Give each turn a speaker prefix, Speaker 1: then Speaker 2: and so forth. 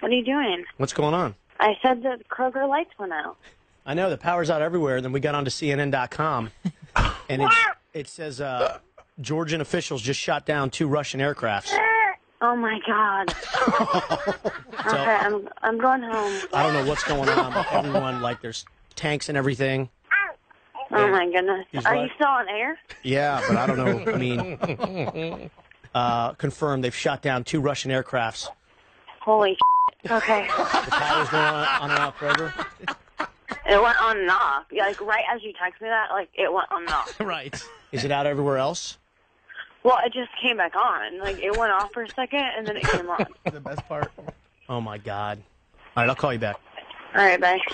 Speaker 1: What are you doing?
Speaker 2: What's going on?
Speaker 1: I said the Kroger lights went out.
Speaker 2: I know the power's out everywhere. Then we got onto CNN.com, and it, it says uh, Georgian officials just shot down two Russian aircrafts.
Speaker 1: Oh my God. okay, I'm I'm going home.
Speaker 2: I don't know what's going on. But everyone like there's tanks and everything.
Speaker 1: Oh my goodness.
Speaker 2: He's
Speaker 1: Are
Speaker 2: right.
Speaker 1: you still on air?
Speaker 2: Yeah, but I don't know. I mean, uh, confirmed they've shot down two Russian aircrafts.
Speaker 1: Holy. shit. Okay.
Speaker 2: The power's going on, on and off forever.
Speaker 1: It went on and off. Yeah, Like right as you texted me that, like it went on and off.
Speaker 3: Right.
Speaker 2: Is it out everywhere else?
Speaker 1: Well, it just came back on. Like it went off for a second and then it came on.
Speaker 4: The best part.
Speaker 2: Oh my God! All right, I'll call you back.
Speaker 1: All right, bye.